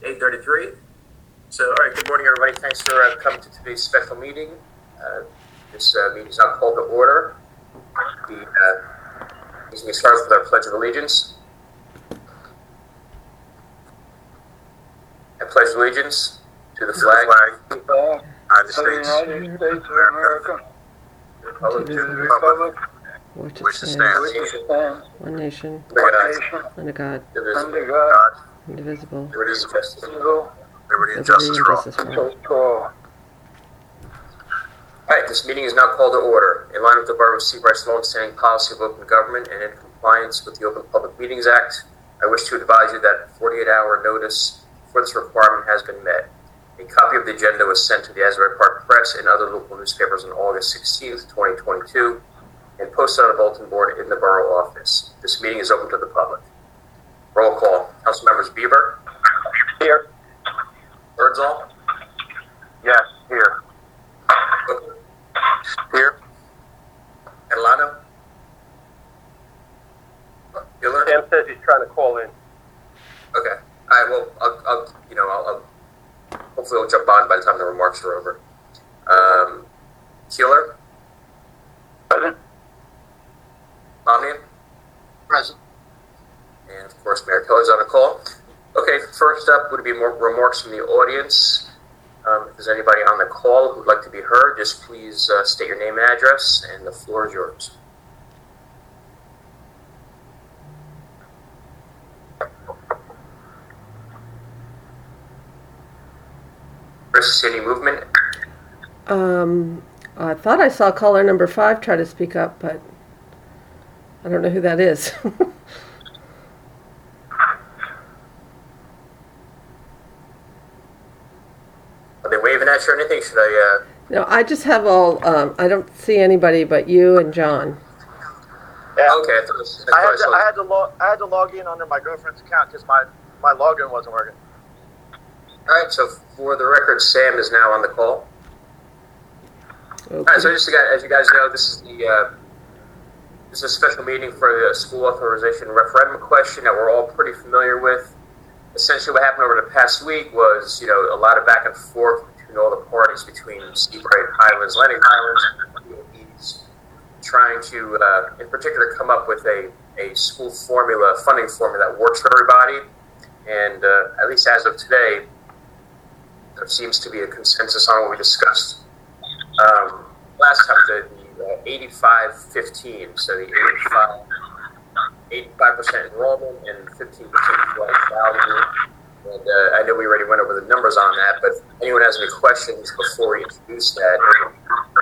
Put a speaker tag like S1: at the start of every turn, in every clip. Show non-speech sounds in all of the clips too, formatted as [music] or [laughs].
S1: thirty-three. So, all right, good morning, everybody. Thanks for uh, coming to today's special meeting. Uh, This uh, meeting is now called to order. The, uh, meeting starts with our pledge of allegiance. I pledge allegiance to the flag
S2: flag
S3: flag
S2: United
S3: of the
S2: States,
S3: United States of America,
S1: of
S3: to
S1: the
S3: the
S1: Republic
S3: republic
S4: which
S2: which
S4: it
S2: is
S4: stands,
S3: which stands
S4: one nation,
S3: one
S1: of
S3: nation
S4: under God,
S3: under
S1: the
S3: God,
S2: God,
S4: indivisible,
S2: liberty and justice,
S3: indivisible,
S2: liberty and
S4: liberty
S2: justice
S4: and
S2: for
S4: justice for all.
S2: all.
S3: so for
S1: All right, this meeting is now called to order. In line with the Borough of Seabright's longstanding policy of open government and in compliance with the Open Public Meetings Act, I wish to advise you that 48-hour notice for this requirement has been met. A copy of the agenda was sent to the Asbury Park Press and other local newspapers on August 16th, 2022, and posted on a bulletin board in the Borough office. This meeting is open to the public. Roll call. Councilmembers Bieber.
S3: Here.
S1: Birdsall.
S3: Yes, here.
S1: Booker.
S2: Here,
S1: Catalano. Miller.
S3: Sam says he's trying to call in.
S1: Okay. All right. Well, I'll, I'll you know, I'll, I'll hopefully I'll jump on by the time the remarks are over. Um, Keeler,
S3: Present.
S1: Omnia,
S3: Present.
S1: and of course Mayor Kelly's on the call. Okay. First up would be more remarks from the audience. Um, if there's anybody on the call who'd like to be heard, just please uh, state your name and address, and the floor is yours. Chris, any movement?
S4: Um, I thought I saw caller number five try to speak up, but I don't know who that is. [laughs]
S1: Are they waving at you or anything? Should I? Uh,
S4: No, I just have all, um, I don't see anybody but you and John.
S1: Oh, Okay, I thought it was, I
S5: I had,
S1: thought
S5: to,
S1: I
S5: I had to log I had to log in under my girlfriend's account because my my login wasn't working.
S1: saw- All right, so for the record, Sam is now on the call. All right, so
S4: Okay.
S1: just to get- as you guys know, this is the uh, this is a special meeting for the school authorization referendum question that we're all pretty familiar with. Essentially, what happened over the past week was you know a lot of back and forth between all the parties between Seabright Highlands, Lennox Highlands, and DOEs, trying to, uh, in particular, come up with a a school formula, funding formula that works for everybody. And uh, at least as of today, there seems to be a consensus on what we discussed um, last time, the, the uh, 85 15, so the 85, 85% enrollment and 15% flight value. And uh, I know we already went over the numbers on that, but if anyone has any questions before we introduce that or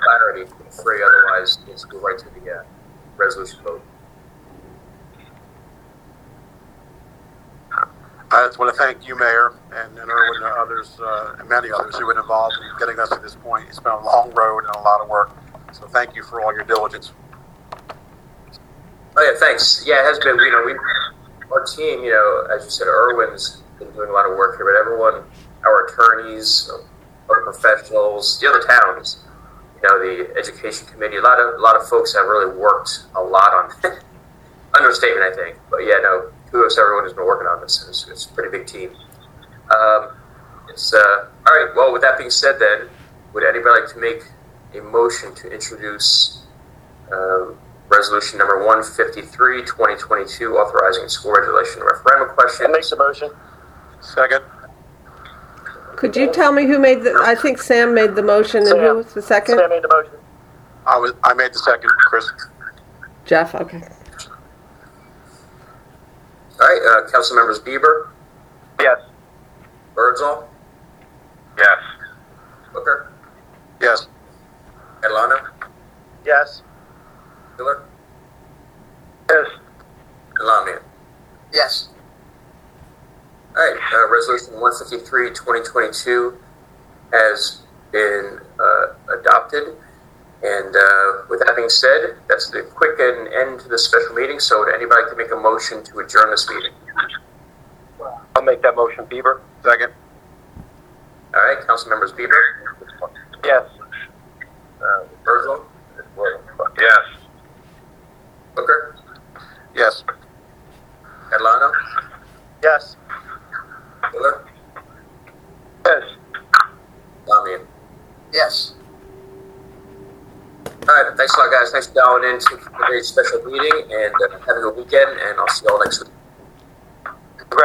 S1: clarity, feel free. Otherwise, let's go right to the uh, resolution vote.
S2: I just want to thank you, Mayor, and and Erwin and others, uh, and many others who were involved in getting us to this point. It's been a long road and a lot of work, so thank you for all your diligence.
S1: Oh yeah, thanks. Yeah, it has been. You know, we our team. You know, as you said, Irwin's been doing a lot of work here, but everyone, our attorneys, our professionals, the other towns, you know, the education committee, a lot of a lot of folks have really worked a lot on. [laughs] understatement, I think. But yeah, no, kudos to everyone who's been working on this. It's, it's a pretty big team. Um, it's uh, all right. Well, with that being said, then would anybody like to make a motion to introduce? Um, Resolution number 153, 2022, authorizing school regulation referendum
S5: It
S1: question.
S5: makes a motion.
S2: Second,
S4: Could you tell me who made the, I think Sam made the motion and who
S5: Sam.
S4: was the second?
S5: Sam made the motion.
S2: I was, I made the second, Chris.
S4: Jeff, okay.
S1: All right, uh, council members Bieber,
S5: Yes.
S1: Birdsall,
S2: Yes.
S1: Booker,
S2: Yes,
S1: Catalano,
S5: Yes.
S1: Miller,
S5: Yes.
S1: and Lamia.
S5: Yes.
S1: All right, uh, resolution 153, 2022 has been uh, adopted. And uh, with that being said, that's the quick and end to this special meeting. So would anybody like to make a motion to adjourn this meeting?
S3: I'll make that motion, Bieber.
S2: second.
S1: All right, council members Bieber,
S3: Yes.
S1: uh, Birdsall,
S3: Yes.
S1: Booker,
S2: Yes,
S1: Catalano,
S5: Yes.
S1: Miller,
S5: Yes.
S1: All right. Thanks a lot, guys. Thanks for dialing in to a very special meeting and uh, having a weekend. And I'll see you all next week.